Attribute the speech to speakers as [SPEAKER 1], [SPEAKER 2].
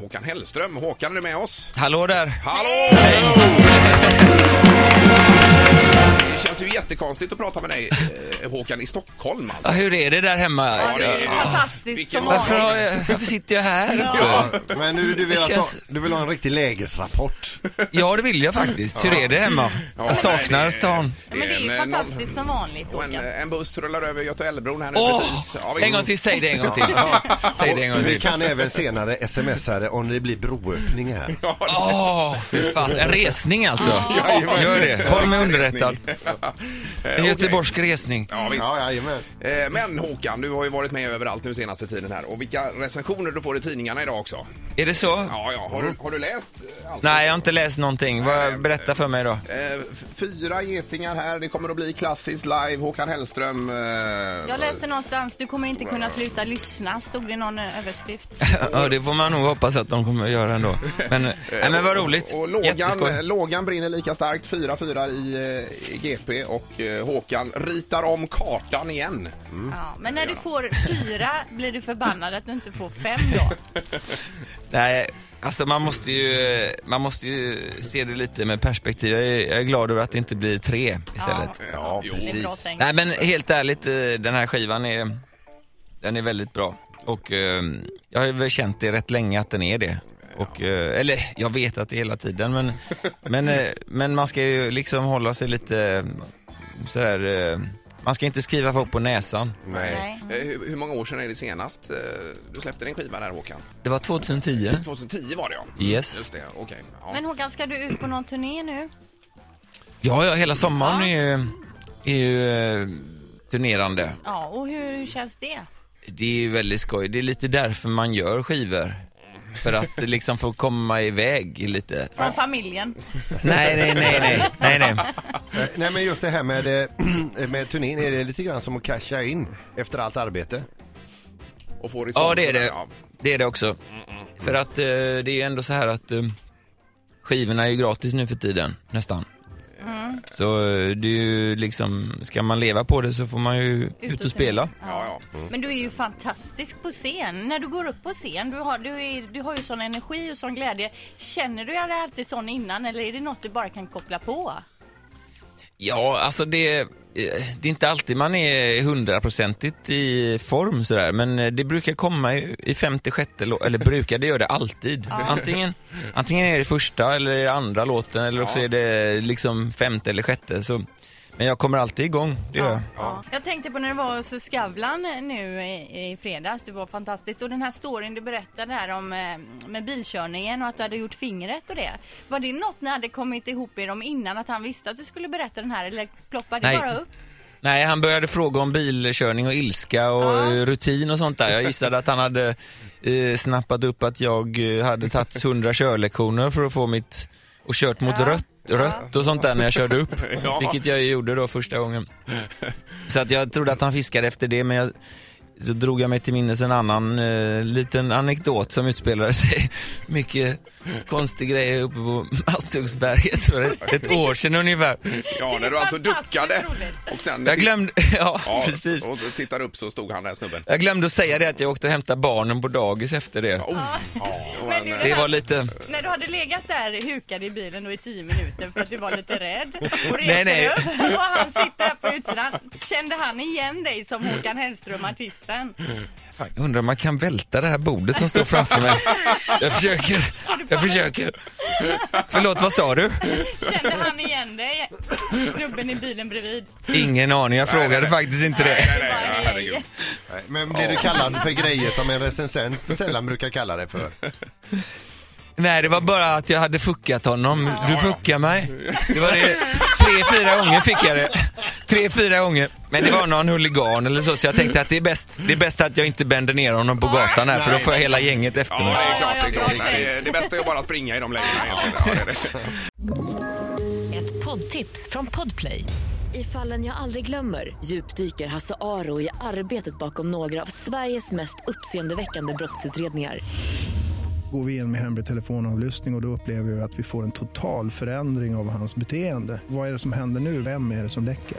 [SPEAKER 1] Håkan Hellström. Håkan, är du med oss?
[SPEAKER 2] Hallå där!
[SPEAKER 1] Hallå! Det känns ju jättekonstigt att prata med dig, eh, Håkan, i Stockholm
[SPEAKER 2] Ja,
[SPEAKER 1] alltså.
[SPEAKER 2] hur är det där hemma?
[SPEAKER 1] Ja, det är-
[SPEAKER 2] Ja.
[SPEAKER 3] Fantastiskt
[SPEAKER 1] vilken-
[SPEAKER 3] som
[SPEAKER 2] Varför,
[SPEAKER 3] vanligt.
[SPEAKER 2] har jag, varför sitter jag här
[SPEAKER 3] Ja.
[SPEAKER 2] uppe?
[SPEAKER 4] Men nu, du, vill
[SPEAKER 2] Det
[SPEAKER 4] ha,
[SPEAKER 2] känns-
[SPEAKER 4] du vill ha en riktig lägesrapport.
[SPEAKER 2] Ja, det vill jag faktiskt. Hur är det hemma?
[SPEAKER 1] Ja,
[SPEAKER 2] Jag
[SPEAKER 1] nej,
[SPEAKER 2] saknar
[SPEAKER 1] det-
[SPEAKER 2] stan.
[SPEAKER 3] Ja, men det är ju
[SPEAKER 1] en, eh,
[SPEAKER 3] fantastiskt som vanligt,
[SPEAKER 1] noll- Och en,
[SPEAKER 3] Håkan.
[SPEAKER 1] eh, en buss rullar över Götaälvbron här nu
[SPEAKER 2] Åh!
[SPEAKER 1] precis. Ja, visst.
[SPEAKER 2] en gång till, säg det en gång till. Säg det en gång
[SPEAKER 4] Vi
[SPEAKER 2] till.
[SPEAKER 4] kan även senare smsa det om det blir broöppning här.
[SPEAKER 1] Ja, det-
[SPEAKER 2] Åh, fy fas. En resning alltså.
[SPEAKER 1] jajamän.
[SPEAKER 2] Gör det. Håll mig underrättad.
[SPEAKER 1] Eh,
[SPEAKER 2] En
[SPEAKER 1] okej.
[SPEAKER 2] göteborgsk resning.
[SPEAKER 1] Ja, visst.
[SPEAKER 4] Ja, jajamän.
[SPEAKER 1] Eh, Men Håkan, du har ju varit med överallt nu senaste tiden här och vilka recensioner du får i tidningarna idag också.
[SPEAKER 2] Är det så?
[SPEAKER 1] Ja, ja. Har, du, har du läst eh, allt?
[SPEAKER 2] Mm. Nej, jag har inte läst någonting.
[SPEAKER 1] Nej,
[SPEAKER 2] Vad- Berätta för mig då.
[SPEAKER 1] Eh, f- Fyra getingar här, det kommer att bli klassiskt live, Håkan Hellström. eh,
[SPEAKER 3] Jag läste någonstans, du kommer inte kunna sluta lyssna, stod det i någon eh, överskrift.
[SPEAKER 2] Ja, det får man nog hoppas att de kommer att göra ändå. Men, nej, men vad roligt.
[SPEAKER 1] Och, och lågan,
[SPEAKER 2] Jätteskoj.
[SPEAKER 1] lågan brinner lika starkt, 4-4 i, eh, i GP och eh, Håkan ritar om kartan igen.
[SPEAKER 3] Ja, men när du får fyra blir du förbannad att du inte får fem då.
[SPEAKER 2] Nej, alltså man måste ju, man måste ju se det lite med perspektiv. Jag är, jag är glad över att det inte blir tre istället.
[SPEAKER 1] Ja,
[SPEAKER 3] det är bra tänkt.
[SPEAKER 2] Nej men helt ärligt, eh, den här skivan är, den är väldigt bra. Och eh, jag har väl känt det rätt länge att den är det. Och, eh, eller jag vet att det är hela tiden men, men, eh, men man ska ju liksom hålla sig lite eh, sådär, eh, man ska inte skriva folk på näsan.
[SPEAKER 1] Nej.
[SPEAKER 3] Nej.
[SPEAKER 1] Eh, Hur, hur många år sedan är det senast eh, du släppte din skiva där Håkan?
[SPEAKER 2] Det var 2010.
[SPEAKER 1] 2010 var det ja. Just
[SPEAKER 2] Yes.
[SPEAKER 1] det, okej. Ja.
[SPEAKER 3] Men Håkan, ska du ut på någon turné nu?
[SPEAKER 2] Ja, ja, hela sommaren är ju, är ju eh, turnerande.
[SPEAKER 3] Ja, och hur, hur känns det?
[SPEAKER 2] Det är ju väldigt skoj. Det är lite därför man gör skivor. För att liksom få komma iväg lite.
[SPEAKER 3] Från familjen?
[SPEAKER 2] Nej, nej, nej, nej, nej, nej.
[SPEAKER 4] Eh, Nej men just det här med, eh, med turnén, är det lite grann som att casha in efter allt arbete?
[SPEAKER 1] Och får
[SPEAKER 2] Ja,
[SPEAKER 1] respons-
[SPEAKER 2] det är det.
[SPEAKER 1] Ja.
[SPEAKER 2] Det är det också. För att eh, det är ju ändå så här att eh, skivorna är ju gratis nu för tiden, nästan. Så eh, det är ju liksom, ska man leva på det så får man ju ut och spela.
[SPEAKER 1] Ja, ja.
[SPEAKER 3] Men du är ju fantastisk på scen. När du går upp på scen, du har, du är, du har ju sån energi och sån glädje. Känner du dig alltid sån innan eller är det något du bara kan koppla på?
[SPEAKER 2] Ja, alltså det, eh, det är inte alltid man är hundraprocentigt i form sådär, men eh, det brukar komma i i femte, sjätte lå- eller brukar, det gör det alltid. Antingen, antingen är det första eller är det andra låten eller också är det liksom femte eller sjätte. Så, men jag kommer alltid igång, det gör jag.
[SPEAKER 3] Ja. Jag tänkte på när du var hos Skavlan nu i, i fredags, du var fantastisk. Och den här storyn du berättade här om eh, med bilkörningen och att du hade gjort fingret och det. Var det något ni hade kommit ihop er om innan att han visste att du skulle berätta den här eller ploppade det
[SPEAKER 2] Nej.
[SPEAKER 3] bara upp?
[SPEAKER 2] Nej, han började fråga om bilkörning och ilska och eh, rutin och sånt där. Jag gissade att han hade eh, snappat upp att jag eh, hade tagit 100 körlektioner för att få mitt och kört mot rött, rött och sånt där när jag körde upp.
[SPEAKER 1] Ja.
[SPEAKER 2] Vilket jag ju gjorde då första gången. Så att jag trodde att han fiskade efter det men jag, så drog jag mig till minnes en annan eh, liten anekdot som utspelade sig. Mycket konstig grej uppe på Masthuggsberget för ett, ett år sedan ungefär.
[SPEAKER 1] ja
[SPEAKER 3] Det är
[SPEAKER 1] när du alltså
[SPEAKER 3] fantastiskt
[SPEAKER 1] duckade.
[SPEAKER 3] roligt.
[SPEAKER 1] Och sen
[SPEAKER 2] Jag glömde, ja,
[SPEAKER 1] Ja,
[SPEAKER 2] precis.
[SPEAKER 1] Och så tittar upp så stod han där snubben.
[SPEAKER 2] Jag glömde att säga det att jag åkte och hämtade barnen på dagis efter det.
[SPEAKER 1] Oh, ja. och
[SPEAKER 3] Men du,
[SPEAKER 1] han,
[SPEAKER 2] Det
[SPEAKER 1] eh,
[SPEAKER 2] var lite...
[SPEAKER 3] När du hade legat där hukad i bilen då i tio minuter för att du var lite rädd och reste
[SPEAKER 2] Nej, nej.
[SPEAKER 3] dig upp och han sitter här på utsidan. Kände han igen dig som Håkan Hellström, artisten?
[SPEAKER 2] Mm. Fan, jag undrar om man kan välta det här bordet som står framför mig. Jag försöker. Jag försöker. Förlåt, vad sa du?
[SPEAKER 3] Kände han igen dig? Snubben i bilen bredvid.
[SPEAKER 2] Ingen aning, jag frågade faktiskt inte
[SPEAKER 1] Nej,
[SPEAKER 2] det.
[SPEAKER 1] nej, nej, nej, herregud.
[SPEAKER 4] Nej, Men blir du kallad för grejer som en recensent sällan brukar kalla det för?
[SPEAKER 2] Nej, det var bara att jag hade fuckat honom. Du fuckar mig. Det var det. Tre, fyra gånger fick jag det. Tre, fyra gånger. Men det var någon huligan eller så, så jag tänkte att det är bäst, det är bäst att jag inte bänder ner honom på gatan här, för då får jag hela gänget efter
[SPEAKER 1] Ja, det
[SPEAKER 2] mig.
[SPEAKER 1] är klart. Det, är klart.
[SPEAKER 3] Ja,
[SPEAKER 1] Nej, det, är- det bästa är att bara springa i de lägena. egentligen. Ja, det är det.
[SPEAKER 5] Ett poddtips från Podplay. I fallen jag aldrig glömmer djupdyker Hasse Aro i arbetet bakom några av Sveriges mest uppseendeväckande brottsutredningar.
[SPEAKER 6] går vi in med hemlig telefonavlyssning och, och då upplever vi att vi får en total förändring av hans beteende. Vad är det som händer nu? Vem är det som läcker?